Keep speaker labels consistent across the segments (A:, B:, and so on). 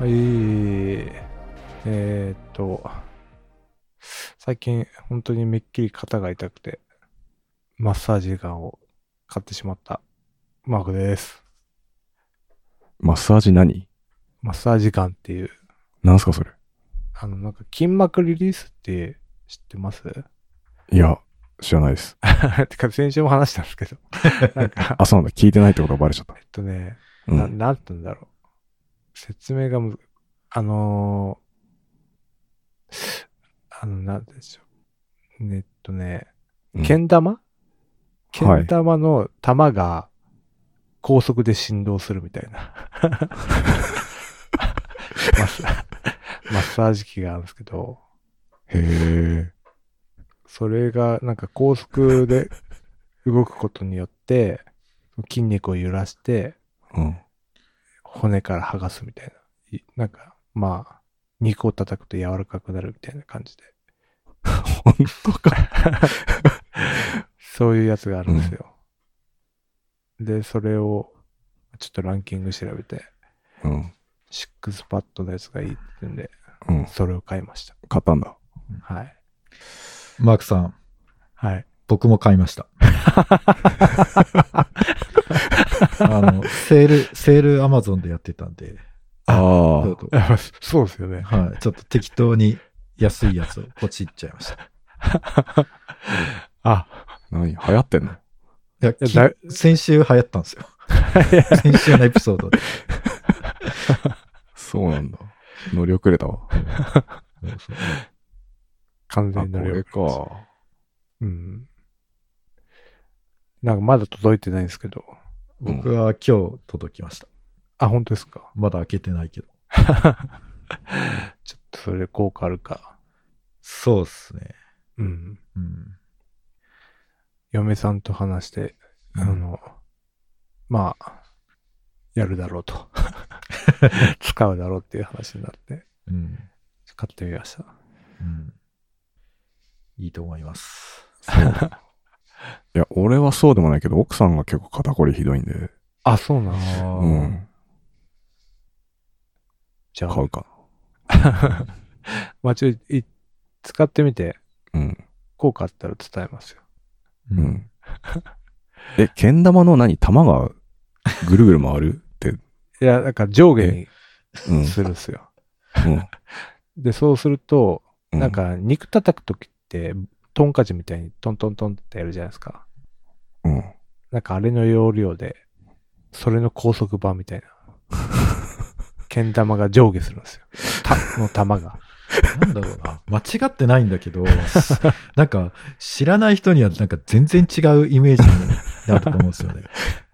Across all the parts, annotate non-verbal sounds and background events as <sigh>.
A: はい、えー、っと、最近本当にめっきり肩が痛くて、マッサージガンを買ってしまったマークです。
B: マッサージ何
A: マッサージガンっていう、
B: なんすかそれ
A: あの、なんか筋膜リリースって知ってます <laughs>
B: いや、知らないです。
A: てか先週も話したんですけど、なんか、
B: あ、そうなんだ。聞いてないってことがバレちゃった
A: え。っとね、
B: う
A: な、
B: ん。
A: なんて言うんだろう。説明がむず、あのーあの、なんて言うんでしょう。ねえっとね、
B: うん
A: けん玉け
B: はい
A: ん玉の玉が高速で振動するみたい
B: <laughs>
A: な。マッサマッサージ機があるんですけど、
B: へえ。
A: それがなんか高速で動くことによって、筋肉を揺らして、
B: うん。
A: 骨から剥がすみたいな。いなんか、まあ、肉を叩くと柔らかくなるみたいな感 <laughs> じで。
B: 本当か。
A: そういうやつがあるんですよ。で、それを、ちょっとランキング調べて、
B: うん。
A: シックスパッドのやつがいいって言うんで、
B: うん。
A: それを買いました。
B: 買ったんだ。
A: はい。
C: マークさん、
A: はい。 <laughs>
C: 僕も買い
B: <laughs>
C: ました。あの、セール、セールアマゾンでやってたんで、
B: あ
C: ちょ
B: あ
C: っ。と
A: そうですよね。
C: はい、ちょっと適当に安いやつをポチっちゃいました。い
A: あ、
B: 何流行ってんの
C: や、き
A: だ
C: 先週流行った
B: <laughs>
C: んですよ。先週のエピソードで。
B: そうなんだ。乗り遅れたわ。
A: 完
B: あ、
A: 全
B: こ
A: な量。
B: れか。
A: うん。なんかまだ届いてないんですけど。
B: うん
C: 僕は今日届きました。
A: あ、本当ですか。
C: まだ開けてないけど。
A: ちょっとそれ効果あるか。
C: そうっすね。
A: うん。
C: うん。
A: 嫁さんと話して、あの、まあ、やるだろうと。
B: <laughs>
A: 使うだろうっていう話になって、
C: うん。
A: 買ってみました。
C: うん。いいと思います。
B: いや、俺はそうでもないけど、奥さんが結構肩こりひどいんで、
A: あ、そうな
C: あ
A: んです
C: あ、
B: うん。
A: じゃあ
B: 買、うか
A: まあ、ちょい、い使ってみて、
B: な。うん。
A: 効果あったら伝えますよ。
B: う。ん。え、けん玉の何玉がぐるぐる回るって。
A: いや、なんか上下に
B: うん。
A: するんですよ。
B: <laughs> うん
A: で、そうすると、
B: う
A: なん、か肉叩くときって、トンカチみたいにトントントンってやるじゃないですか。
B: うん。
A: なんかあれの要領で、それの高速版みたいな。 <laughs> けん玉が上下するんですよ。た、の玉が。
C: なんだろうな。間違ってないんだけど、 <laughs> すなんか、知らない人にはなんか全然違うイメージになると思うんですよね。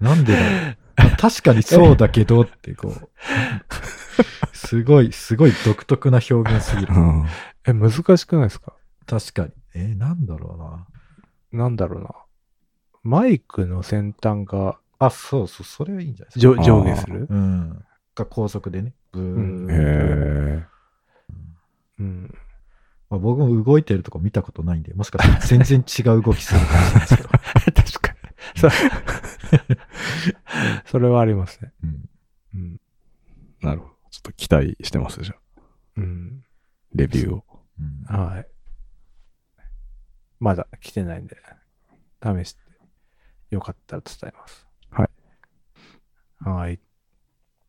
C: なんでだろう。まあ確かにそうだけどって、こう。すごい、すごい独特な表現すぎる
B: う。ん。
A: え、難しくないですか
C: 確かに。えーなんだろうな。
A: なんだろうな。マイクの先端が
C: あ、そうそう、それはいいんじゃないですか。
A: 上上下する
C: うん。が高速でね。ブー
A: うん
B: へえ。
A: うん。
C: まあ、僕も動いてるとこ見たことないんで、もしかしたら全然違う動きするかもしれないですけど。
A: 確かに。そうそれはありますね。
C: うん
A: うん。
B: なるほど。ちょっと期待してます、じゃあ。
A: うん。
B: レビューを。
C: うん
A: はい。まだ来てないんで、試して、よかったら伝えます。
B: はい。
A: はい。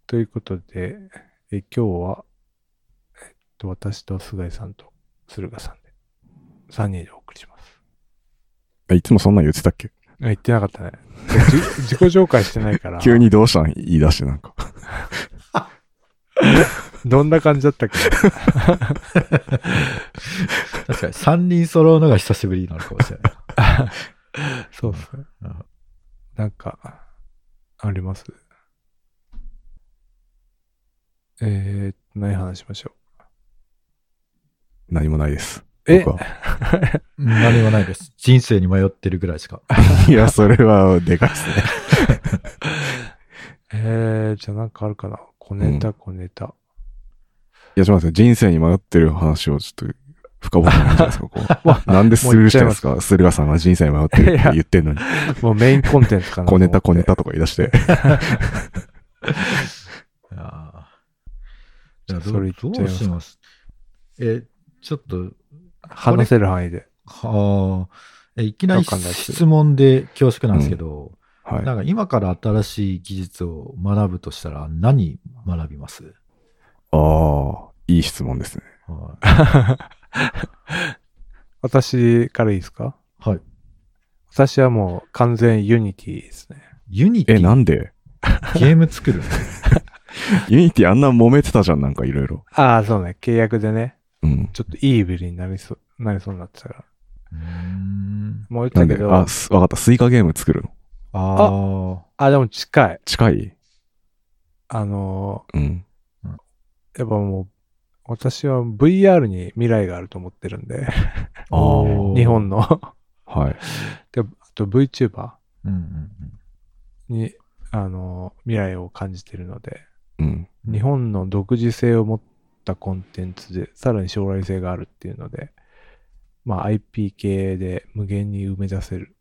A: ということで、え今日は、えっと、私と菅井さんと駿河さんで、3人でお送りします。
B: えいつもそんなん言ってたっけ
A: あ言ってなかったね。じ自己紹介してない <laughs> から、
B: 急にどうしたん言い出してなんか。 <laughs>
A: どんな感じだったっけ
C: <laughs> 確かに3人揃うのが久しぶりなのかもしれない。
A: そうっすね
C: うん。
A: なんか、ありますえー、何話しましょ
B: 何もないです。
A: う。え
B: 僕は <laughs>
C: 何もないです。人生に迷ってるぐらいしか。
B: いや、それはでかいですね。
A: <laughs> えー、じゃあなんかあるかな小ネタ、小ネタ。
B: いや、ちょっと待って、人生に迷ってる話をちょっと深掘ってもらっていいですか、こ
A: <laughs>
B: う。なんでスルーしてるんですか駿河さんが人生に迷ってるって言ってん
A: <laughs>
B: のに。
A: もうメインコンテンツかなと
B: 小
A: 思
B: ネ
A: って
B: タ小ネ。タとか言い出して。
C: あーじゃあど
A: それ
C: う
A: 言っちゃいう
C: ど
A: ます
C: しますえ、ちょっと、
A: 話せる範囲 <laughs> で。
C: はあ、えいきなり
A: わかんないです
C: 質問で恐縮なんですけど、
B: はい。
C: なんか今から新しい技術を学ぶとしたら何学びます、
B: ああ、いい質問ですね。
C: はい
A: 私からいいですか
C: はい。
A: 私はもう完全ユニティですね。
C: ユニテ
B: え、
C: ィ
B: なんで
C: ゲーム作る
B: ユニティあんな揉めてたじゃん、なんかいろいろ。
A: ああ、そうね。契約でね、
B: うん。
A: ちょっとイーブルになりそう、なりそうになってたから。
C: うーん
A: もう言
B: な
A: っ
B: ん
A: た
B: で
A: け、ど、
B: あ、
A: あ
B: すわかった。スイカゲーム作るの。
C: あ
A: でも近い。
B: 近い
A: あの
B: うん。
A: ーやっぱもう、私は VR に未来があると思ってるんで、
C: あ。
B: お
A: 日本
C: <laughs>
A: の。
B: はい。
A: で、あと VTuber
C: うんうん
A: に、あのー未来を感じてるので、
B: うん。
C: うん。
A: 日本の独自性を持ったコンテンツで、さらに将来性があるっていうので、まあ IP 系で無限に埋め出せる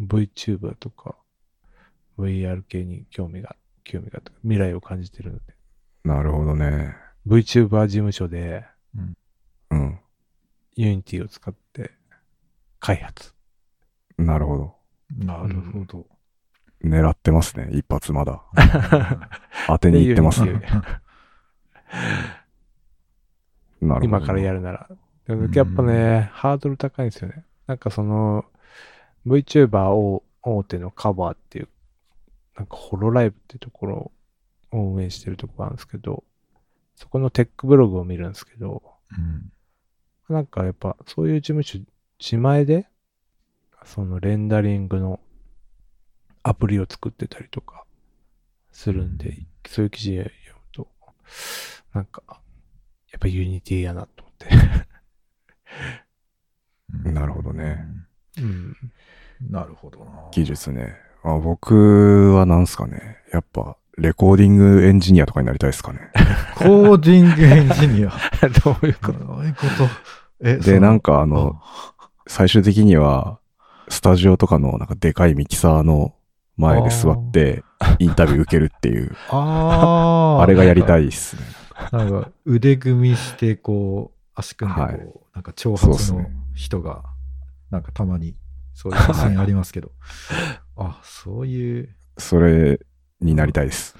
A: VTuber とか VR 系に興味が、興味があって、未来を感じてるので。
B: なるほどね。
A: VTuber 事務所で
B: うん。
A: Unity を使って開発。
B: なるほど。
C: なるほど。
B: 狙ってますね。一発まだ。当てにいってます
A: っていう
B: ね。なるほど。
A: 今からや
B: る。
A: るなら。でもやっぱね、ハードル高いんですよね。なんかその、VTuber を大手のカバーっていう、なんかホロライブっていうところを運営してるところなんですけど、そこのテックブログを見るんですけど、
C: うん
A: なんかやっぱそういう事務所、自前で、そのレンダリングのアプリを作ってたりとかするんで、
C: うん
A: そういう記事読むと、なんか、やっぱユニティやなと思って。
C: うん
B: なるほどね。
A: うん。
C: なるほどな。
B: 技術ね。あ僕はなんすかね。やっぱ、レコーディングエンジニアとかになりたいですかね。
C: コーディングエンジニア。
A: どういうこ
C: ど
A: と
C: ういうこと <laughs> え、
B: で、なん
C: か、
B: かあ
C: あ
B: の、、最終的には、スタジオとかのなんかでかいミキサーの前で座って、インタビュー受けるっていう、
C: あ
B: <laughs>
C: ー
B: あれがやりた
C: い。
B: いっすね。
C: なんか、腕組みして、こう、足組んで、こう、
B: はい
C: なんか、挑
B: そうっ
C: 発
B: す
C: の
B: ね
C: 人が、なんか、たまに、そういう写真ありますけど。あ、そういう、
B: それになりたいです。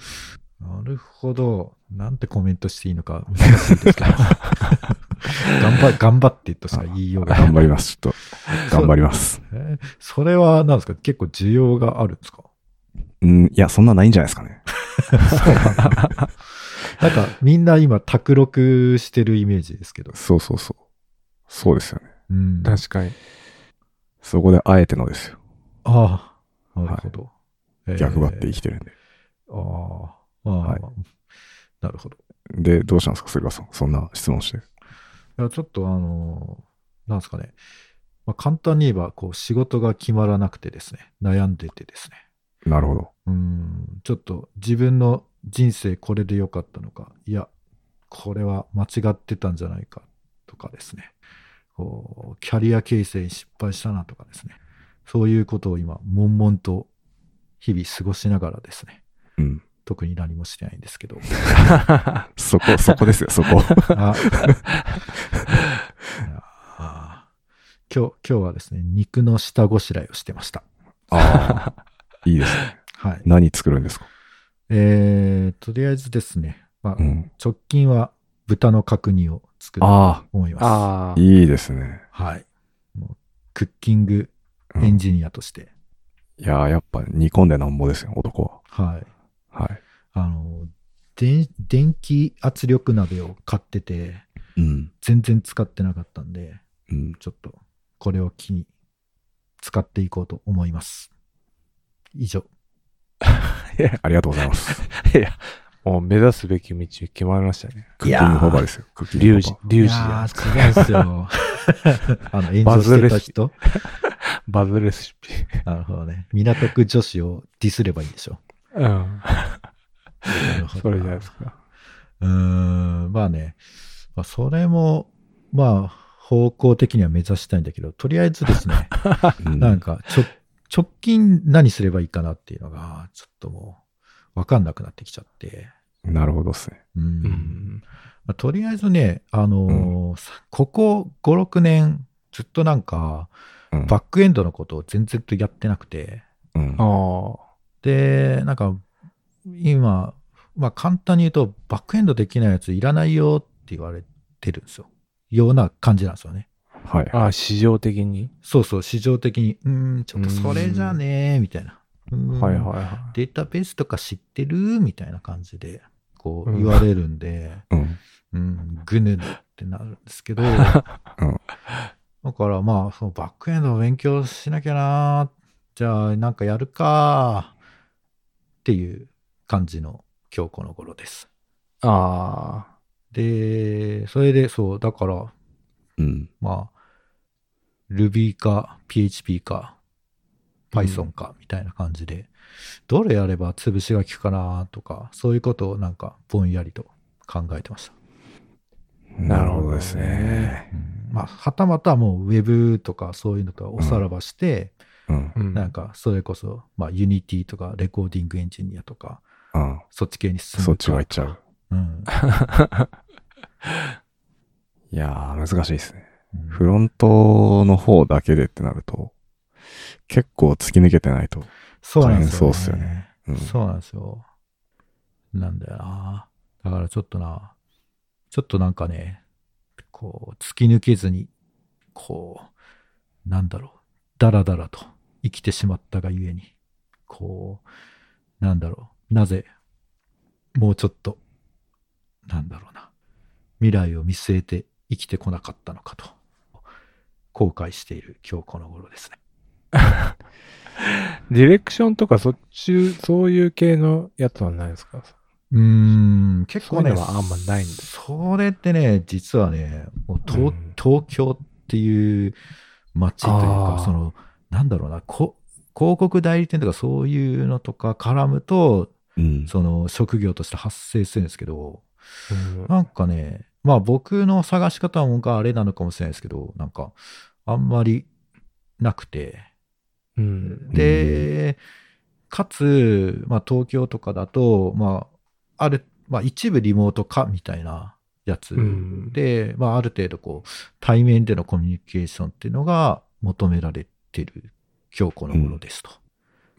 C: なるほど。なんてコメントしていいのか、難しい
B: <laughs>
C: ですけど。頑張、頑張ってとしか言いようがない。
B: 頑張ります。ちょっと、頑張ります。
C: えーそれは、なんですか結構需要があるんですか
B: うん、いや、そんなないんじゃないですかね。
C: なんか、みんな今、卓録してるイメージですけど。
B: そうそうそう。そうですよね。
C: うん。
A: 確かに。
B: そこであえてのですよ。
C: ああ、なるほど。
B: 逆張って生
C: き
B: きてるんで。
C: ああ、ああ
B: はい
C: なるほど。
B: で、どうしたんですか、それさん。そんな質問して。
C: いやちょっとあのーなんですかね。まあ、簡単に言えば、こう、仕事が決まらなくてですね、悩んでてですね。
B: なるほど。
C: うん、ちょっと自分の人生これで良かったのか、いや、これは間違ってたんじゃないかとかですね。こう、キャリア形成に失敗したなとかですね。そういうことを今、悶々と日々過ごしながらですね。
B: うん。
C: 特に何もしてないんですけど。
B: そこ、 <laughs> そこですよ、そこ。
C: あ <laughs> あー今日、今日はですね、肉の下ごしらえをしてました。
B: ああ。いいですね。
C: はい。
B: 何作るんですか
C: えー、とりあえずですね、まあ
B: う、ん。
C: 直近は豚の角煮を作ると
B: あ
C: 思いま
A: <laughs> あ
B: あ。いいですね。
C: す。はい。もうクッキング
B: うん
C: エンジニアとして、
B: いやー、やっぱ煮込んでなんぼですよ、男は。
C: はい。
B: はい。
C: あの、電電気圧力鍋を買ってて、
B: うん。
C: 全然使ってなかったんで、
B: うん。
C: ちょっとこれを機に使っていこうと思います。以上。
B: ありがとうござい <laughs> ます。
A: あ。いや、もう目指すべき道決まりましたね。
B: クッキングファバですよ。クッキング
A: リュウ
B: フ
A: ジ
B: ァ、
A: リュウジ
C: い
A: や
C: やー違うんですよ。 <laughs> あの、
A: バ
C: 炎上
A: ズ
C: して
A: レ
C: た
A: シ
C: 人
A: バズレシピ。
C: なるほどね。港区女子をディスればいいんでしょ。
A: うん。
C: なるほど
A: それじゃないですか。
C: うーん、まあね、まあ、それも、まあ、方向的には目指したいんだけど、とりあえずですね、
B: うん
C: なんか、ちょ、直近何すればいいかなっていうのが、ちょっともう、わかんなくなってきちゃって、
B: なるほどですね。
C: うん
A: うん。
C: まあとりあえずね、あのーさここ5、6年、ずっとなんか、
B: うん。
C: バックエンドのことを全然とやってなくて、
B: うん
A: あ。あ。
C: で、なんか、今、まあ簡単に言うと、バックエンドできないやついらないよって言われてるんですよ。ような感じなんですよね。
B: はい。
A: ああ、市場的に。
C: そうそう、市場的に、うーん、ちょっとそれじゃねー、みたいな。うーん
A: はいはいはい。
C: データベースとか知ってるみたいな感じで、こう
A: うん
C: 言われるんで、
B: うん。
C: うん、ぐぬぬってなるんですけど、だからまあ、そのバックエンドを勉強しなきゃなー、じゃあなんかやるかー、っていう感じの今日この頃です。
A: ああ。
C: で、それでそう、だから、
B: うん。
C: まあ、Ruby か PHP か Python かみたいな感じで、どれやれば潰しが効くかなとか、そういうことをなんかぼんやりと考えてました。
B: なるほどですね。
C: まあ、はたまたもう Web とかそういうのとはおさらばして、
B: うん。
A: うん。
C: なんかそれこそ、まあ、Unity とかレコーディングエンジニアとか、
B: うん。
C: そっち系に進むか
B: そっちがいっちゃう。
C: うん。
B: いやー、難しいですね。
C: う
B: <laughs>
C: ん
B: フロントの方だけでってなると、結構突き抜けてないと。
C: そうなんです
B: 大変
C: よ、
B: そうっすよねうん。
C: そうなんですよ。なんだよな。だからちょっとな、ちょっとなんかね、こう、突き抜けずに、こう、なんだろう、だらだらと生きてしまったがゆえに、こう、なんだろう、なぜ、もうちょっと、なんだろうな、未来を見据えて生きてこなかったのかと、後悔している今日この頃ですね。
A: ディレクションとか、そっち、そういう系のやつはないですか
C: うーん、結構ね、
A: そういうのはあんまないんだ
C: それってね、実はね、もう東,、
A: うん
C: 東京っていう街という
A: あ
C: か
A: ー、
C: その、なんだろうな、こ広告代理店とかそういうのとか絡むと、
B: うん
C: その職業として発生するんですけど、
A: うん
C: なんかね、まあ僕の探し方があれなのかもしれないですけど、なんか、あんまりなくて、
A: うん。
C: で、かつ、まあ、東京とかだと、まあ、ある、まあ、一部リモート化みたいなやつ
A: うん
C: で、まあ、ある程度こう、対面でのコミュニケーションっていうのが求められてる今日この頃ですと。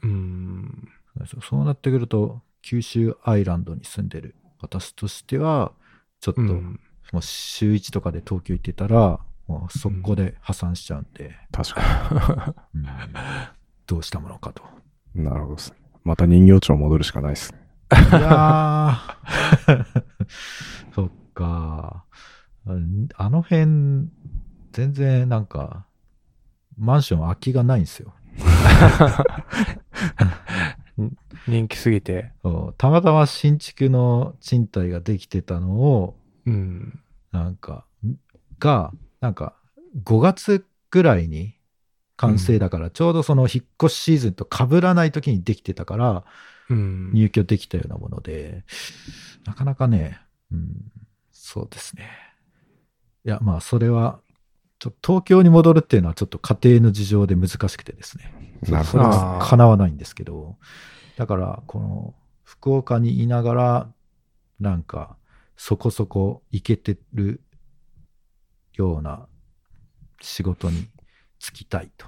A: うん。
C: そうそうなってくると、九州アイランドに住んでる私としては、ちょっと、
A: うん
C: もう週1とかで東京行ってたら、もう速攻で破産しちゃうんで、
B: 確か
A: <laughs>
C: うんどうしたものかと。
B: に。なるほどですね。また人形町戻るしかないですね。
C: いやーそっか。あの辺、全然なんか、マンション空きがないんですよ。
A: 人気すぎて。
C: そうたまたま新築の賃貸ができてたのを、
A: うん。
C: なんか、が、なんか、5月ぐらいに完成だから、ちょうどその引っ越しシーズンと被らない時にできてたから、
A: うん。
C: 入居できたようなもので、なかなかね、うん、そうですね。いや、まあ、それは、ちょっと東京に戻るっていうのはちょっと家庭の事情で難しくてですね。
B: なる
C: そ
B: ほ
C: れ
B: ど
A: う
B: です
A: あ
B: ね。
C: は
A: ー
C: 叶わないんですけど、だから、この、福岡にいながら、なんか、そこそこいけてるような仕事に就きたいと。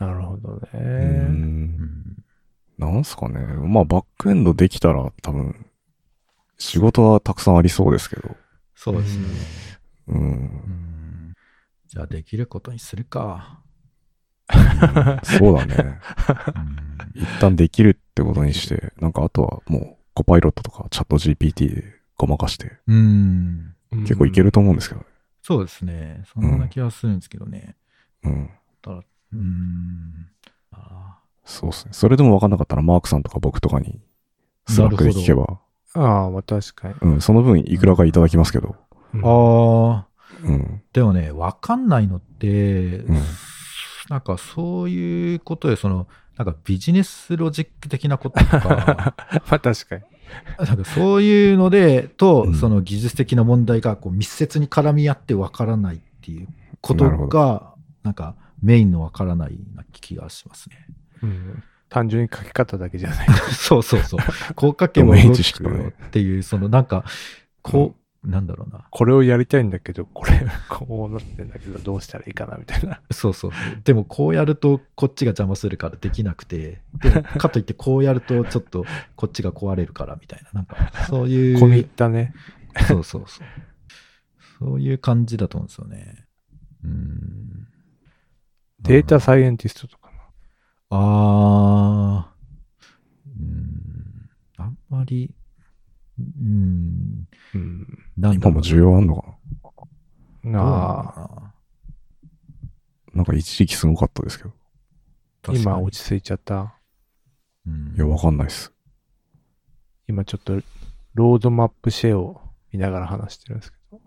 A: なるほど
B: う
A: ね。
B: ん
C: うん
B: なんすかね。まあ、バックエンドできたら多分、仕事はたくさんありそうですけど。
C: そうですね。
B: うん
C: う。んじゃあ、できることにするか。
B: そうだ
C: <laughs>
B: ね。
C: うん
B: 一旦できるってことにして、なんかあとはもう、コパイロットとかチャット GPT でごまかして、
C: うん。
B: 結構いけると思うんですけどね。
C: そうですね。そんな気がするんですけどね。
B: うん。
C: うん。あ
B: そうですね。それでも分かんなかったら、マークさんとか僕とかに、スラックで聞けば、
A: ああ、まあ確かに。 <laughs>
B: うん、その分いくらかいただきますけど、
A: うん
C: ーあ
B: うん。
C: ー。でもね、わかんないのって、
B: ん
C: なんかそういうことで、その、なんかビジネスロジック的なことと
B: <laughs>
C: か、
A: まあ確かに。
C: なんかそういうので、と、
B: うん
C: その技術的な問題がこう密接に絡み合ってわからないっていうこと
B: なるほ
C: が、なんかメインのわからないな気がしますね。
A: うん単純に書き方だけじゃない。
C: <laughs> そうそうそう。効果圏も動くよっていう、そのなんか、こう、なんだろうな。
A: これをやりたいんだけど、これ、こうなってんだけど、どうしたらいいかなみたいな。
C: そうそうそう。でもこうやるとこっちが邪魔するからできなくて、でもかといってこうやるとちょっとこっちが壊れるからみたいな、なんかそういう。
A: 込み入ったね。
C: そうそうそう。そういう感じだと思うんですよね。うん。
A: データサイエンティストとかな。
C: ああ、うん、あんまり、うん、
A: うん。
C: なんだ
B: 今
C: ろう
B: も需要あんのか
C: どうなんだろう
A: なあ、
C: な
B: ななんか一時期すごかったですけど。
C: 確かに
A: 今落ち着いちゃった。
C: うん
B: いや、わかんないっす。
A: 今ちょっと、ロードマップシェアを見ながら話してるんですけど。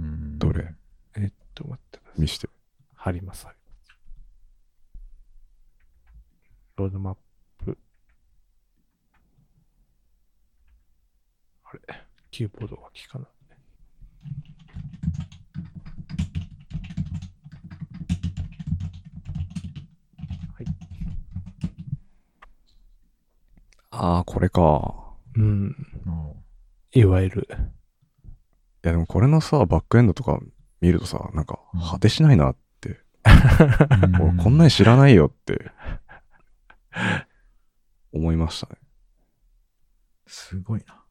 C: うん
B: どれ
A: えっと、待ってください。
B: 見して。
A: 貼ります。貼りますロードマップ。あれ、キーボードが効かない。
B: ああ、これか。
A: うん。
C: うん
A: いわゆる。
B: いや、でもこれのさ、バックエンドとか見るとさ、なんか
C: うん
B: 果てしないなって。
C: う
B: 俺こんなに知らないよって、思いましたね。
C: すごいな。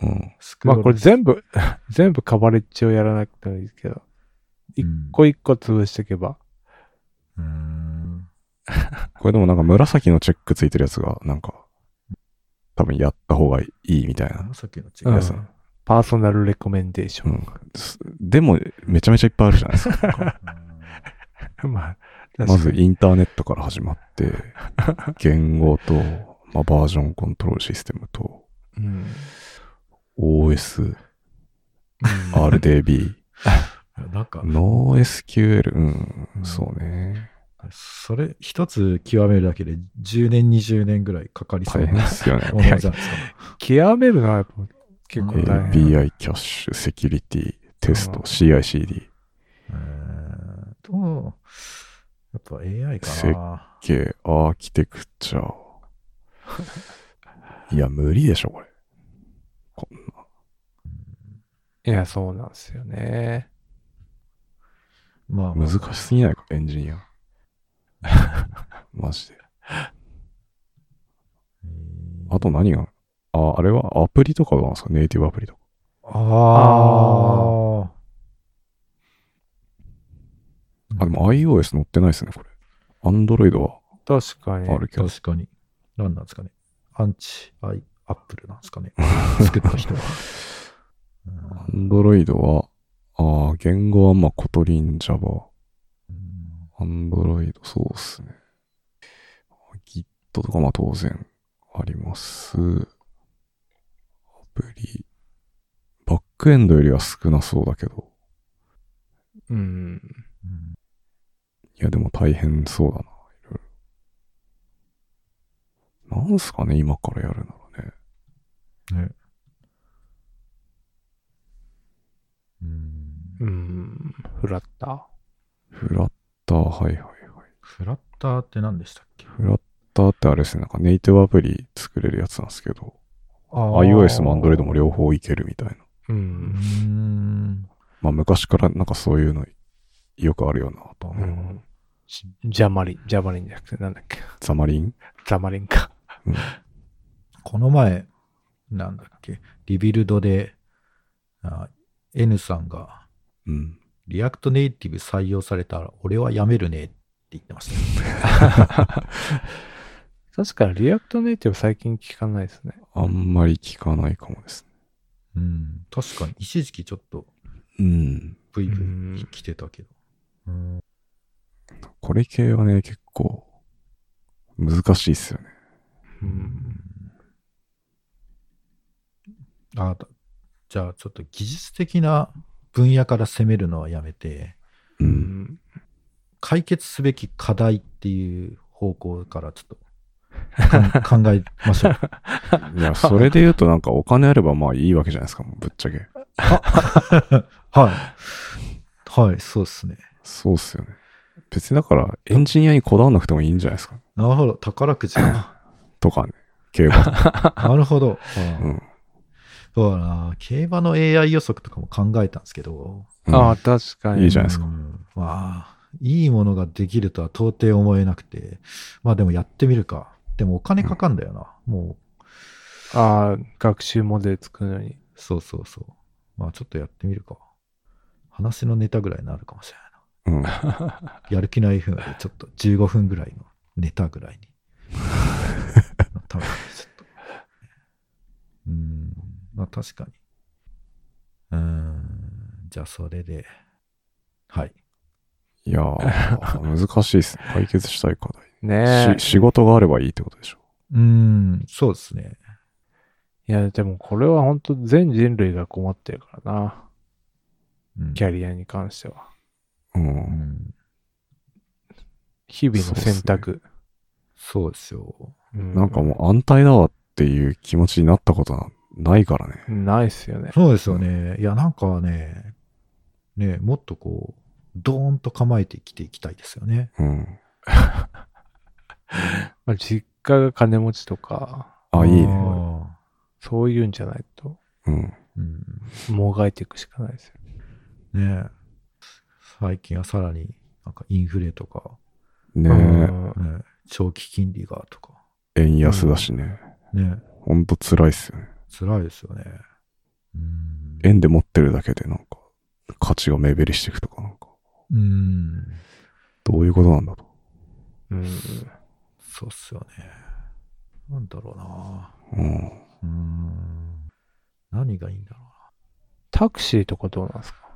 B: うん。
C: スク
A: ま
C: ロ
A: あ
C: ー
A: こ
C: ル
A: れ、全部、 <laughs> 全部カバレッジをやらなくてもいいですけど、一
C: う
A: 個一個潰していけば。
C: んうん
B: これでもなんか紫のチェックついてるやつが、なんか、多分やった方がいいみたいな。
C: 紫の違
A: うん
C: いさ。
A: パーソナルレコメンデーショ
B: う
A: ン。
B: ん。すでも、めちゃめちゃいっぱいあるじゃないですか。
C: うん
A: まあ、確か
B: ま
A: に
B: ずインターネットから始ま
A: <laughs>
B: って、言語と、まあ、バージョンコントロールシステムと、
A: うん
B: OS、
A: うん
B: RDB、
A: <laughs>
C: なん <laughs> か、
B: NoSQL、うん
C: う、ん
B: そうね。
C: それ一つ極めるだけで10年、20年ぐらいかかりそう
B: 大変で
C: な
B: すよね。
C: ものじゃないですか。
A: 極めるのはやっぱ結構大変。
B: API、キャッシュ、セキュリティ、テス
A: うん
B: ト、CICD、
C: えーっと、やっぱ AI
B: せ
C: かな。
B: K、アーキテクチャ。いや、無理でしょ、これ。こんな。
A: いや、そうなんですよね。
C: まあ、
B: 難しすぎないか、エンジニア。
A: <laughs>
B: マジで。
C: うん
B: あと何があ、あれはアプリとかなんですかネイティブアプリとか。
C: あ
B: あ、でも iOS 載ってないですね、これ。Android は
A: 確かに。
B: ある
C: あ、
B: けど。
C: 確かに。何なんですかね。アンチ、アイ、アップルなんですかね。作った人は。 <laughs> うん
B: Android は、あー言語はまあ、コトリン、Java。Android、そうっすね。Git とかまあ当然あります。アプリ。バックエンドよりは少なそうだけど。
A: うん。
C: うん
B: いや、でも大変そうだな。いろいろ。なんすかね、今からやるならね。
C: ね。うん。
A: うん。フラッター。
B: フラッター、はいはいはい。
C: フラッターって何でしたっけ
B: フラッターってあれですね、なんかネイティブアプリ作れるやつなんですけど、
C: あー
B: iOS も Android も両方いけるみたいな。
A: う。
C: うんーん。
B: まあ昔からなんかそういうのよくあるよなと
A: う
B: 思う。
A: ん。ジジャマリン、ジャマリンじゃなくて、なんだっけ。
B: ザマリン
A: ザマリンか。
C: この前、なんだっけ、リビルドで、あ N さんが、
B: うん。
C: リアクトネイティブ採用されたら、俺はやめるねって言ってましたね。
A: 確かにリアクトネイティブ最近聞かないですね。
B: あんまり聞かないかもですね。
C: うん。確かに、一時期ちょっと、
B: うん。
C: ブイ
A: う
C: ブ
A: ん
C: イ来てたけど。うん。
B: これ系はね、結構難しいっすよね。
A: うん。
C: あだじゃあ、ちょっと技術的な分野から攻めるのはやめて、
B: う。
A: うんん
C: 解決すべき課題っていう方向からちょっと
B: <laughs>
C: かん考えましょう。
B: いや、それで言うとなんかお金あればまあいいわけじゃないですか、もうぶっちゃけ。
C: はい。はい、そうですね。
B: そうっすよね。別にだからエンジニアにこだわんなくてもいいんじゃないですか。
C: なるほど。宝くじ
B: <laughs>
C: か。
B: とかね。競馬。
C: なるほど。
B: う
C: うん
B: ん。
C: そうだな。競馬の AI 予測とかも考えたんですけど。
A: ああ、確かに。
B: いいじゃないですか
C: うんまあ、いいものができるとは到底思えなくて。まあでもやってみるか。でもお金かかんだよな。も
A: ああ、学習モデル作るのに
C: う。、そうそうそう。まあちょっとやってみるか。話のネタぐらいになるかもしれない
B: うん。うん。
C: な。やる気ない分でちょっと15分ぐらいのネタぐ
B: <laughs>
C: らいに。多分ちょっと。うん。まあ確かに。うん。じゃあそれで。
B: <laughs>
C: はい。
B: いやー、難しいですね。解決したい課
A: <laughs> ね
B: 題。し仕事があればいいってことでしょ。
C: うん、そうですね。
A: え。いや、でもこれは本当全人類が困ってるからな。
C: うん
A: キャリアに関しては。
B: う。
C: うんん、
A: 日々の選択。
C: そうですよ。
A: うん
B: なんかもう安泰だわっていう気持ちになったことはないからね。
A: ないっすよね。
C: そうですよね。いや、なんかね、ね、もっとこう、ドーンと構えて生きていきたいですよね。
B: うん。
A: まあ、実家が金持ちとか、
B: あ、いいね。
C: あ
A: そういうんじゃないと、
B: うん。
C: ーうん。
A: もがいていくしかないですよ。
C: ね最近はさらに、なんかインフレとか、
B: ね
A: うん
C: ね、長期金利がとか、
B: え、円安だしね。
C: ね、
B: ほんと辛いっすよね。
C: 辛いですよね。うん。
B: 円で持ってるだけでなんか、価値が目減りしていくとか、なんか、
C: うん。
B: どういうことなんだと。
A: うん
C: そうっすよね。なんだろうな。
B: うん。
C: うん。何がいいんだろうな。
A: タクシーとかどうなんですか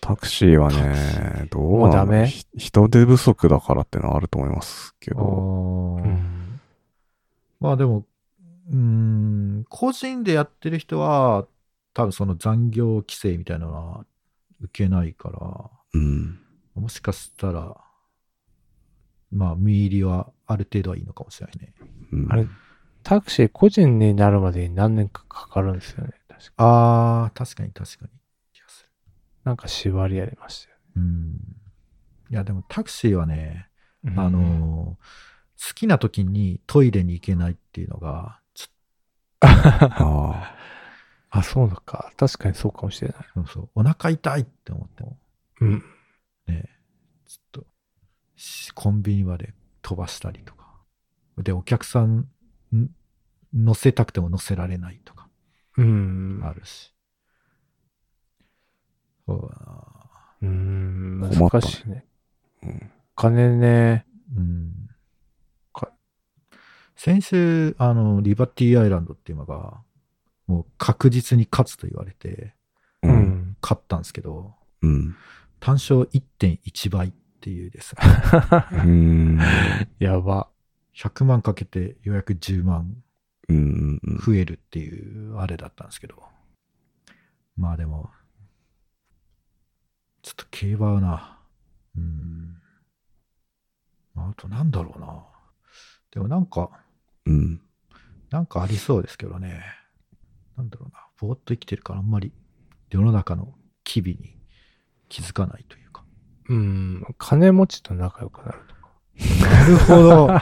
B: タクシーは
C: タク
B: ね、どうなんだ
A: もうダメ
B: ひ人手不足だからってのはあると思いますけ
C: あ
B: ど。
C: ーまあでも、うーん、個人でやってる人は、多分その残業規制みたいなのは受けないから、
B: うん。
C: もしかしたら、まあ、見入りはある程度はいいのかもしれないね。
B: うん
A: あれタクシー個人になるまでに何年かかかるんですよね。確か
C: ああ、確かに確かに。気がす
A: なんか縛りありましたよ
C: る。うん。いや、でもタクシーはね、
A: ね。
C: あのー好きな時にトイレに行けないっていうのが、ちょっ
B: あ
A: あ、そうだか。確かにそうかもしれない。
C: とそうそうお腹痛いって思っても、
A: うん。
C: ね、ちょっと、しコンビニまで飛ばしたりとか。で、お客さん、ん乗せたくても乗せられないとか、
A: うん。
C: あるし。そうだな
A: うん。
B: 困っ
A: 難
B: たね
A: しいね。
B: あ。うん
A: 金ね。
C: うん
A: か。
C: 先週、あの、リバティアイランドっていう馬が、もう確実に勝つと言われて、
A: <laughs>
B: う。
A: うんん。
C: 勝ったんですけど、
B: うん。
C: 単勝1.1倍っていうです <laughs> ね。
B: うん。
A: やば。
C: 100万かけてようやく10万
B: うん。うん
C: 増えるっていうあれだったんですけど、まあでも、ちょっと競馬はな、うん、まああとなんだろうな。でもなんか、
B: うん。、
C: なんかありそうですけどね、なんだろうな、ぼーっと生きてるからあんまり世の中の機微に気づかないというか。
A: うん。金持ちと仲良く <laughs> なるとか。
C: なるほど、 <laughs> な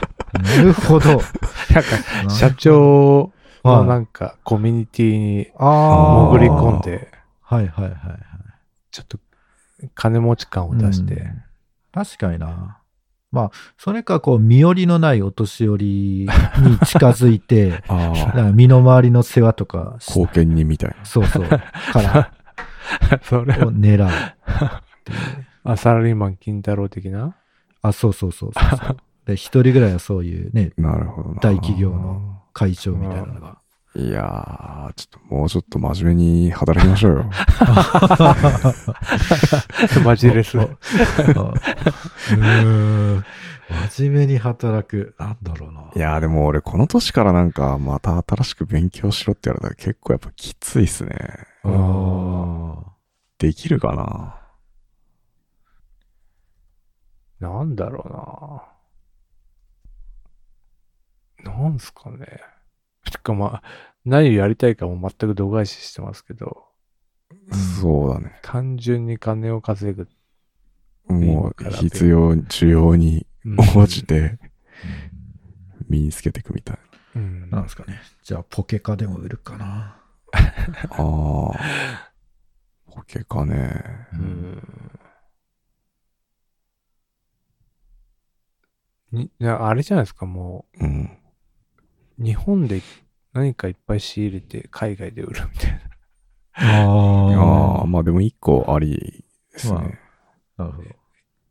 C: るほど。
A: なんか、社長のなんか、コミュニティに
C: ああ、
A: 潜り込んで、
C: はいはいはいはい。
A: ちょっと金持ち感を出して。
C: うん確かにな。まあ、それか、こう、身寄りのないお年寄りに近づいて
A: <laughs>
B: あ
C: だか
B: あ。
C: ら身の回りの世話とかし、
B: 貢献にみたいな。
C: そうそう、か
A: <laughs> それ
C: ら、を
A: は、
C: 狙うっていう。
A: あサラリーマン金太郎的な
C: あ、そうそうそうそう
A: <laughs>
C: そう。で、一人ぐらいはそういうね、
B: なるほどな。
C: 大企業の。会長みたいなの
A: <laughs>
C: が。
B: いやー、ちょっともうちょっと真面目に働きましょうよ。
A: マジ
C: <laughs>
A: レス。
C: おおあうーん真面目に働く。なんだろうな。
B: いやーでも俺この年からなんかまた新しく勉強しろって言われたら結構やっぱきついっすね。
C: あー
B: できるかな
A: なんだろうな。なんすかね。てかまあ、何をやりたいかも全く度外視してますけど、
B: そうだね。
A: 単純に金を稼ぐ。
B: も
A: 今か
B: う
A: ら
B: 必要、需要に <laughs>
A: うん
B: 応じて
C: うん
B: 身につけていくみたい
A: うん
C: なんですかね。じゃあ、ポケカでも売るかな。
B: な。ああ。ポケかね。
A: うんにいやあれじゃないですか、も
B: うん。
A: う、日本で何かいっぱい仕入れて、海外で売るみたいな。
B: あ
C: あ
B: あ、まあでも一個ありです
C: まあ
B: ね。
C: あ。なるほど。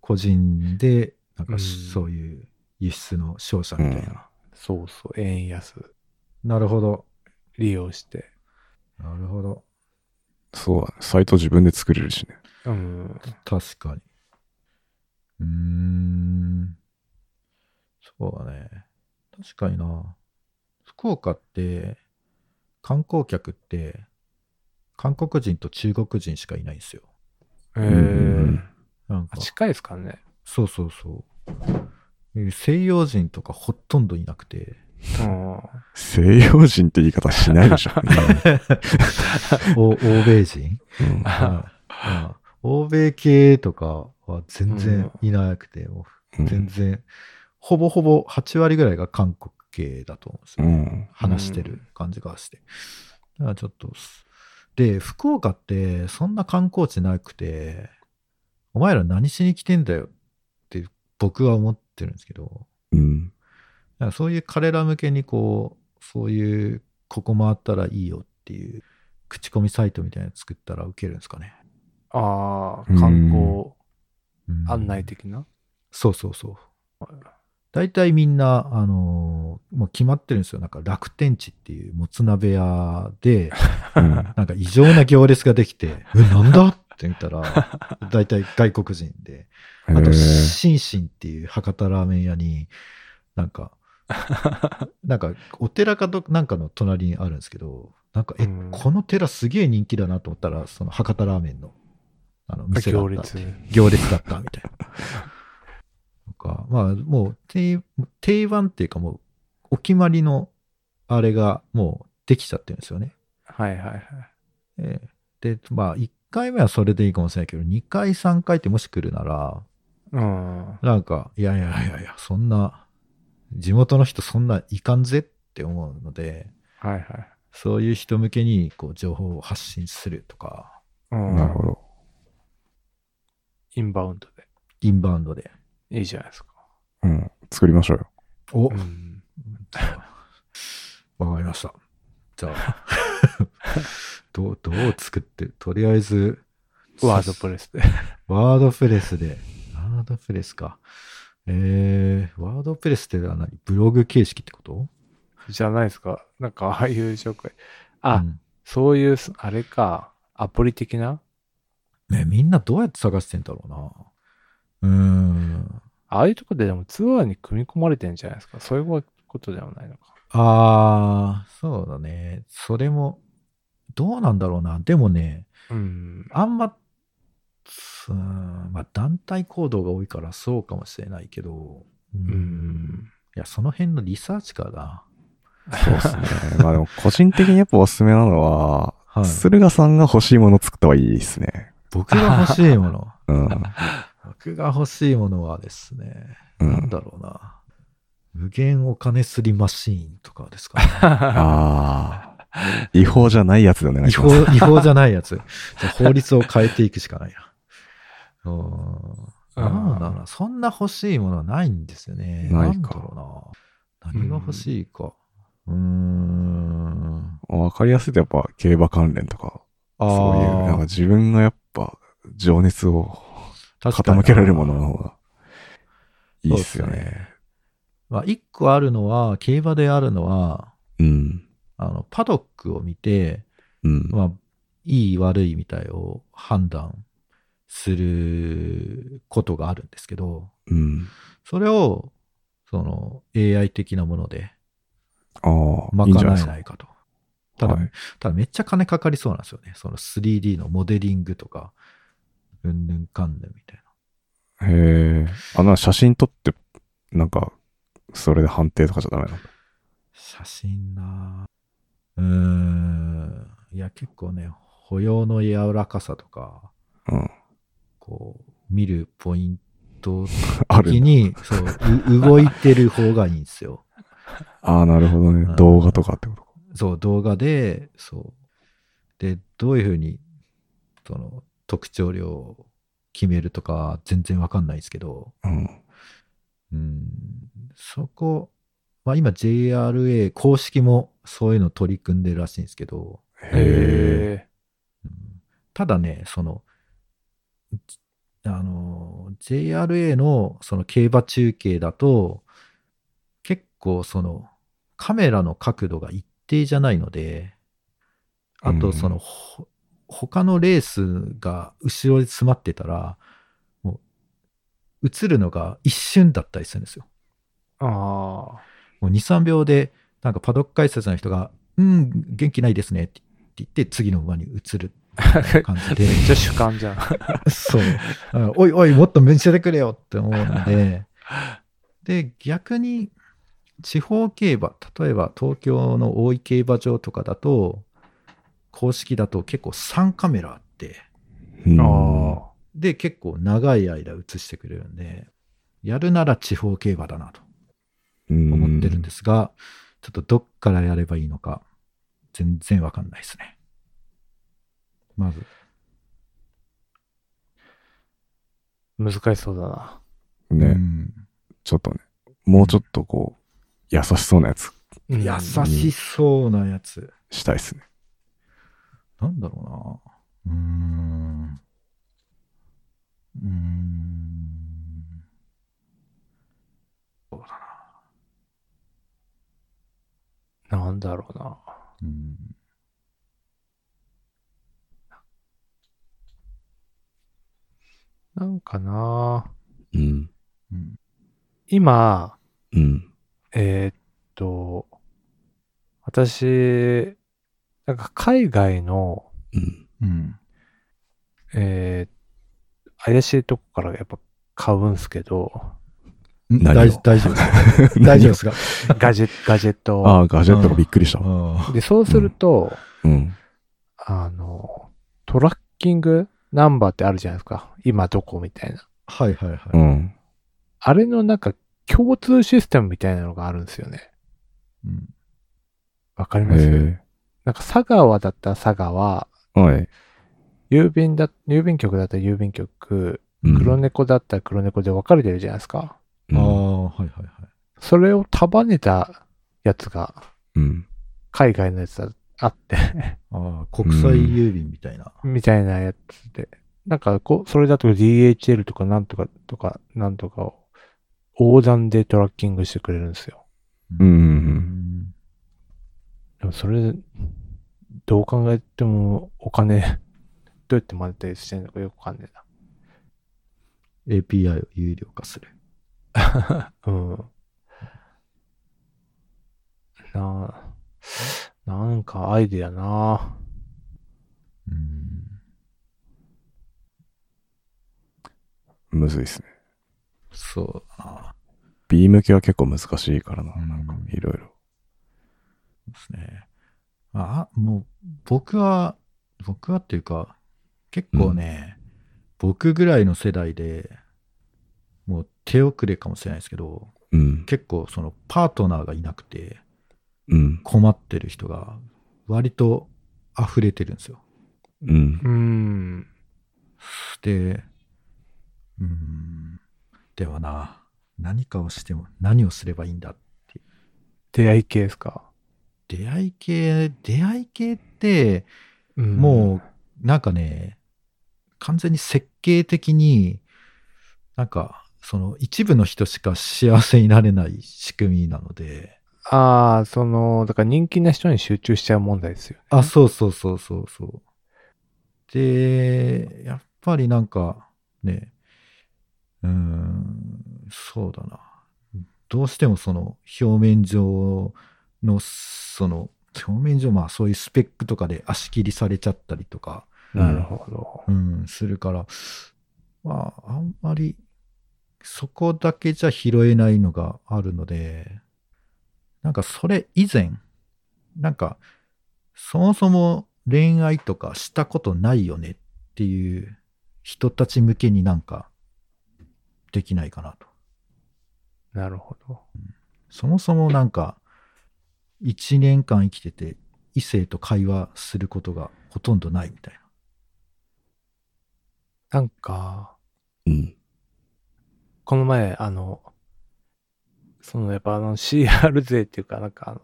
C: 個人で、なん
A: う
C: か
A: ん
C: そういう輸出の商社みたいな。
A: そうそう、円安
C: なるほど。
A: 利用して。
C: なるほど。
B: そうだね。サイト自分で作れるしね。
A: うん。
C: 確かに。うーん。そうだね。確かにな。福岡って、観光客って、韓国人と中国人しかいないんですよ。
A: え
B: うん
A: ー、
C: なんか
A: あ、近いですからね。
C: そうそうそう。西洋人とかほとんどいなくて。 <laughs>
A: うん。
B: 西洋人って言い方しないでし
C: <laughs>
B: ょ。
C: お欧米人、
B: うん
C: うん欧米系とかは全然いなくて、も
B: う
C: うん全然、ほぼほぼ8割ぐらいが韓国系だと思うんです
B: う
C: よ、
B: ん。
C: 話してる感じがして。だからちょっとす、で、福岡ってそんな観光地なくて、お前ら何しに来てんだよって僕は思ってるんですけど、
B: うん。
C: だからそういう彼ら向けにこう、そういう、ここ回ったらいいよっていう、口コミサイトみたいなの作ったら受けるんですかね。
A: ああ、
B: うん
A: 観光
C: うん
A: 案内的な。
C: そうそうそう。大体みんな、あのーもう決まってるんですよ。なんか楽天地っていうもつ鍋屋
A: <laughs>
C: で、 <laughs>
B: うん
C: なんか異常な行列ができて、え、なんだって見
A: <laughs>
C: たら、大体外国人で。あと、シンシンっていう博多ラーメン屋に、なん
A: <laughs>
C: か、なんか、お寺かど、なんかの隣にあるんですけど、なんか、え、
A: うん
C: この寺すげえ人気だなと思ったら、その博多ラーメンの、あの、店だった
A: 行列。
C: 行列だったみたいな。とか、まあ、もう定、定番っていうかもう、お決まりの、あれがもうできちゃってるんですよね。
A: はいはいはい。
C: ええで、まあ、1回目はそれでいいかもしれないけど、2回、3回ってもし来るなら、
A: うん。
C: なんか、いやいやいやいや、そんな、地元の人そんないかんぜって思うので、
A: はいはい。
C: そういう人向けに、こう、情報を発信するとか、
A: う
B: なる
A: ん。
B: ほど。
A: インバウンドで。
C: インバウンドで。
A: いいじゃないですか。
B: うん。作りましょうよ。
C: お
A: うん。
C: わかりました。じゃあ、 <laughs> どう、どう作って、とりあえず、
A: ワードプレスで。 <laughs>
C: ワードプレスで、ワードプレスか。えー、ワードプレスってのは何ブログ形式ってこと
A: じゃないですか。なんか、ああいう紹介。あ、
C: うん
A: そういうす、あれか、アプリ的な
C: ね、みんなどうやって探してんだろうな。うーん。
A: ああいうとこででもツアーに組み込まれてんじゃないですか。そういうことではないのか。
C: あー、そうだね。それも、どうなんだろうな。でもね、
A: うん。
C: あんま、うーんまあ、団体行動が多いからそうかもしれないけど、
A: う
C: う
A: んん。
C: いや、その辺のリサーチかな。
B: そうですね。まあでも、個人的にやっぱおすすめなのは、
C: はい
B: 駿河さんが欲しいもの作った方がいいですね。
C: 僕が欲しい
B: <laughs>
C: もの。
B: うん。
C: 僕が欲しいものはですね、
B: う
C: なん
B: ん。
C: だろうな。無限お金すりマシーンとかですか、
B: <laughs>
C: ね、
B: ああ。違法じゃないやつでお願い
C: 違
B: し
C: 法、
B: ます。
C: 違法じゃない
B: <laughs>
C: やつ。じゃあ法律を変えていくしかないな。うーん。なんだろうな。そんな欲しいものはないんですよね。
B: ないか
C: んだろうな。何が欲しいか。うーん。
B: わかりやすいとやっぱ競馬関連とか、
C: あー
B: そういう、なんか自分がやっぱ情熱を
C: 確かに
B: 傾けられるものの方がいいっすよね。
C: まあ、一個あるのは、競馬であるのは、
B: うん。
C: あの、パドックを見て、
B: うん。
C: まあ、いい悪いみたいを判断することがあるんですけど、
B: うん。
C: それを、その、AI 的なもので
B: ああ、
C: 賄
B: いいんじゃないで
C: え
B: すか。
C: ないかと。ただ、
B: はい
C: ただめっちゃ金かかりそうなんですよね。その 3D のモデリングとか、うんぬんかんぬんみたい
B: へえ。あ、なんか写真撮って、なんか、それで判定とかじゃダメなの
C: 写真なぁうーん。いや、結構ね、歩様の柔らかさとか、
B: うん。
C: こう、見るポイント
B: あ
C: 時
B: る。
C: に、そう、う動いてる方がいいんですよ。
B: ああ、なるほどね
C: う。ん
B: 動画とかってことか。
C: そう、動画で、そう。で、どういうふうに、その、特徴量を決めるとか、全然わかんないですけど、
B: うん。
C: うん、そこ、まあ今 JRA 公式もそういうの取り組んでるらしいんですけど、
B: へえ。
C: うんただね、その、じあの、JRA のその競馬中継だと、結構その、カメラの角度が一定じゃないので、あ
B: う
C: と
B: ん
C: その、ほ他のレースが後ろで詰まってたら、もう、映るのが一瞬だったりするんですよ。
A: ー。あ
C: もう2、3秒で、なんかパドック解説の人が、うん、元気ないですねって言って、次の馬に移る
A: あ。
C: 感じ
A: め
C: で。
A: っ
B: <laughs>
A: ちゃ主観じゃん。
C: そう。あおいおい、もっと見せてくれよって思うので。で、逆に、地方競馬、例えば東京の大井競馬場とかだと、公式だと結構3カメラあって、
B: うん
A: あ
C: で、結構長い間映してくれるんで、やるなら地方競馬だなと
B: うん
C: 思ってるんですが、ちょっとどっからやればいいのか、全然わかんないですね。まず、
A: ー難しそうだな。
B: ね、
C: うん
B: ちょっとね、もうちょっとこう、優しそうなやつ
A: うん
C: 優しそうなやつ。
B: したいっすね。
C: なんだろうな。うーん。うーん。そうだな。
A: なんだろうな。
C: うん。
A: なんかな。
B: うん。
C: うん。
A: 今、
B: うん。
A: えーっと、私、なんか海外の、
B: うん。
C: うん。
A: えー怪しいとこからやっぱ買うんすけど、
C: うん
B: 何を
C: 大大 <laughs> 丈夫ですか大丈夫
B: <laughs>
C: ですか
A: ガジェット、ガジェットを
B: ああ、ガジェットがびっくりした。
C: あ
A: で、そうすると、
B: うん。
A: あの、トラッキングナンバーってあるじゃないですか。今どこみたいな。
C: あはいはいはい。
B: うん。
A: あれのなんか共通システムみたいなのがあるんですよね。
C: うん
A: わかり
B: へ
A: ます
B: え。
A: なんか佐川だったら佐川、
B: はい。
A: 郵便だ、郵便局だったら郵便局、
B: うん
A: 黒猫だったら黒猫で分かれてるじゃないですか。
B: うん。
C: ああ、はいはいはい。
A: それを束ねたやつが、
B: うん。
A: 海外のやつだあって、 <laughs>
C: ああ、国際郵便みたいな。
A: みたいなやつで。なんか、こう、それだと DHL とかなんとかとかなんとかを横断でトラッキングしてくれるんですよ。
B: うん。う
C: うんん。
A: でもそれ、どう考えてもお金、 <laughs> どうやってマネタイズしてんのかよくわかんね
C: API を有料化する。
A: えな。うん。なあ、なんかアイディアな
C: うん。
B: むずいっすね。
C: そうだな。
B: B 向けは結構難しいからな。
C: うん
B: なんか、いろいろ。
C: ですね。あ、もう、僕は、僕はっていうか、結構ね、僕ぐらいの世代で、もう手遅れかもしれないですけど、
B: うん。
C: 結構そのパートナーがいなくて
B: うん。
C: 困ってる人が割と溢れてるんですよ。
B: うん。
A: うん。
C: で、うーん、ではな、何かをしても何をすればいいんだ。
A: 出会い系ですか。
C: 出会い系、出会い系って、
A: うん
C: もう、なんかね、完全に設計的に、なんか、その一部の人しか幸せになれない仕組みなので、
A: ああ、その、だから人気な人に集中しちゃう問題ですよね。
C: あ、そうそうそうそうそう。で、やっぱりなんか、ね、うーん、そうだな。どうしてもその表面上の、その、表面上、まあそういうスペックとかで足切りされちゃったりとか、
A: なるほど。
C: うん、するから、まあ、あんまり、そこだけじゃ拾えないのがあるので、なんかそれ以前、なんか、そもそも恋愛とかしたことないよねっていう人たち向けになんか、できないかなと。
A: なるほど。
C: そもそもなんか、 1年間生きてて、異性と会話することがほとんどないみたいな。
A: なんか、
B: うん。
A: この前、あの、そのやっぱあの CR 勢っていうか、なんかあの、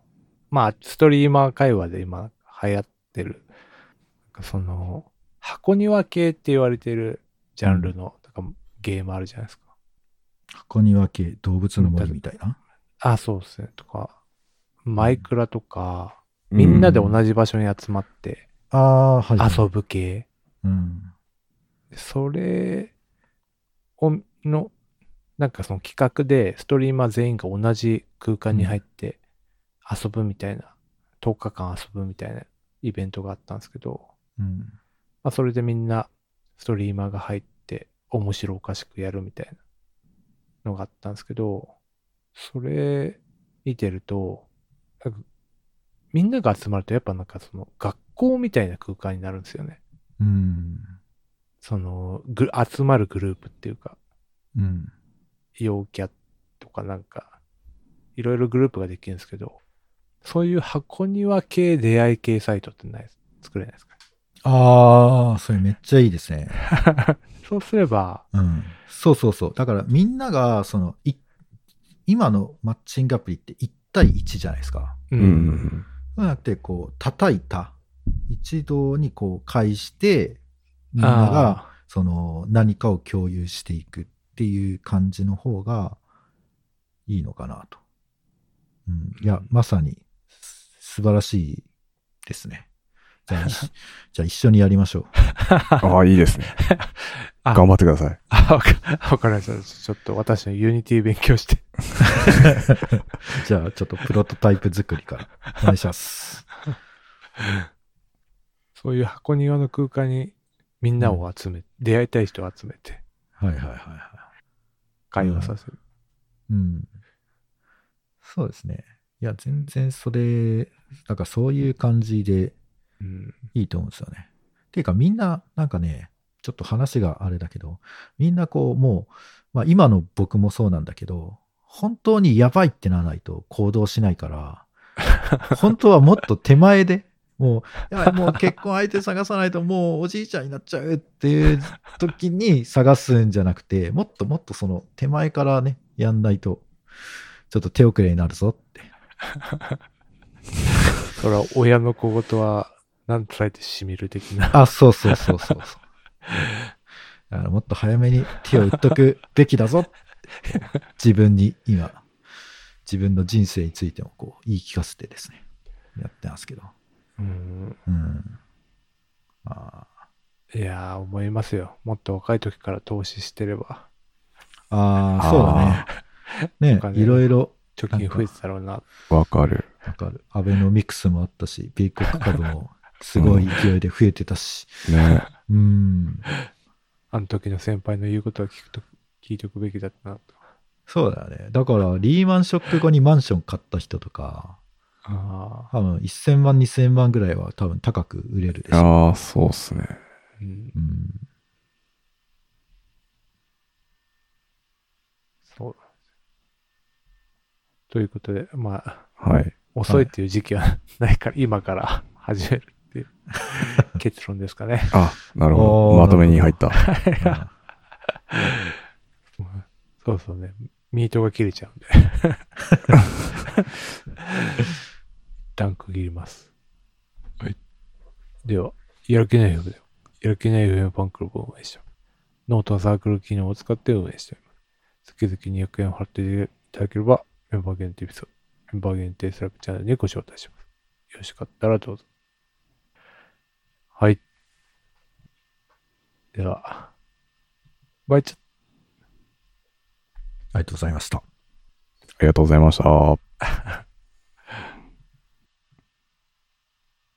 A: まあ、ストリーマー会話で今流行ってる、なんかその、箱庭系って言われてるジャンルの、なんかゲームあるじゃないですか。
C: 箱庭系、動物の森みたいな。
A: あ、そうですね。とか、マイクラとか、みんなで同じ場所に集まって
C: ああ、はい。
A: 遊ぶ系。
C: うん。
A: それをの、なんかその企画で、ストリーマー全員が同じ空間に入って遊ぶみたいな、10日間遊ぶみたいなイベントがあったんですけど、
C: うん。
A: まあ、それでみんなストリーマーが入って面白おかしくやるみたいなのがあったんですけど、それ見てると、なんかみんなが集まるとやっぱなんかその学校みたいな空間になるんですよね。
C: うん。
A: その、ぐ集まるグループっていうか。
C: うん。
A: 陽キャとかなんか、いろいろグループができるんですけど、そういう箱庭系出会い系サイトってない、作れないですか
C: ああ、それめっちゃいいですね。
A: <laughs> そうすれば、
C: うん。そうそうそう。だからみんなが、その、い今のマッチングアプリって1対1じゃないですか。
A: う
B: うんうんう。ん。
C: そうじゃなくて、こう、叩いた。一堂にこう、返して、みんなが、
A: あ
C: その何かを共有していくっていう感じの方がいいのかなと。うん、いや、まさにす素晴らしいです <laughs> ね。じゃあ、いじゃあ一緒にやりましょう。 <laughs>
B: ああ、いいですね。
A: <laughs> あ
B: 頑張ってください。
A: ー。あ、わかわかりました。ちょっと私のユニティ勉強して。
C: じゃあ、ちょっとプロトタイプ作りからお願いします。
A: そういう箱庭の空間にみんなを集め、出会いたい人を集めて
C: <laughs> はいはいはいは
A: 会話させる。
C: い。うん。そうですね。いや、全然それ、なんかそういう感じで
A: うん。
C: いいと思うんですよね。ていうかみんな、なんかね、ちょっと話があれだけど、みんなこう、もう、まあ今の僕もそうなんだけど、本当にやばいってならないと行動しないから、本当はもっと手前で、もう、やばいもう結婚相手探さないともうおじいちゃんになっちゃうっていう時に探すんじゃなくて、もっともっとその手前からね、やんないと、ちょっと手遅れになるぞって。
A: それは親の小言は、なんとされてしみる的な。
C: あ、そうそうそうそうそう。だからもっと早めに手を打っとくべきだぞ。自分に今、自分の人生についてもこう言い聞かせてですね、やってますけど。
A: うん。
C: うん。あ
A: いやー、思いますよ。もっと若い時から投資してれば、
C: ーあー、そう
A: なん
C: だ
A: か
C: ね。
A: ね
C: ね、いろいろ
A: 貯金増えてたろうな
B: わかる。
C: わかる。アベノミクスもあったし、米国株もすごい勢いで増えてたし。
A: <laughs>
B: ね。
C: うん。
A: あの時の先輩の言うことは聞くと、聞いておくべきだったなと。
C: そうだよね。だから、リーマンショック後にマンション買った人とか、
A: ああ。
C: 多分1000万、2000万ぐらいは多分高く売れるでしょ
B: あ
C: う。
B: あ、そうっすね。
A: うん。
C: うん、
A: そう。ということで、まあ、
B: はい。
A: 遅いっていう時期はないから、今から始めるっていう結論ですかね。
B: あ、なるほ
C: おー
B: ど。まとめに入った。
C: あ
A: そうそうね。ミートが切れちゃ <laughs> うんで。ダンク切ります。はい。では、やる気ない FM では、やる気ない FM ファンクラブを運営しております。ノートのサークル機能を使って運営しております。月々200円を払っていただければ、メンバー限定エピソード、メンバー限定スラックチャンネルにご招待します。よろしかったらどうぞ。はい。では、バイチャ
C: りがとうございました。
B: ありがとうございました。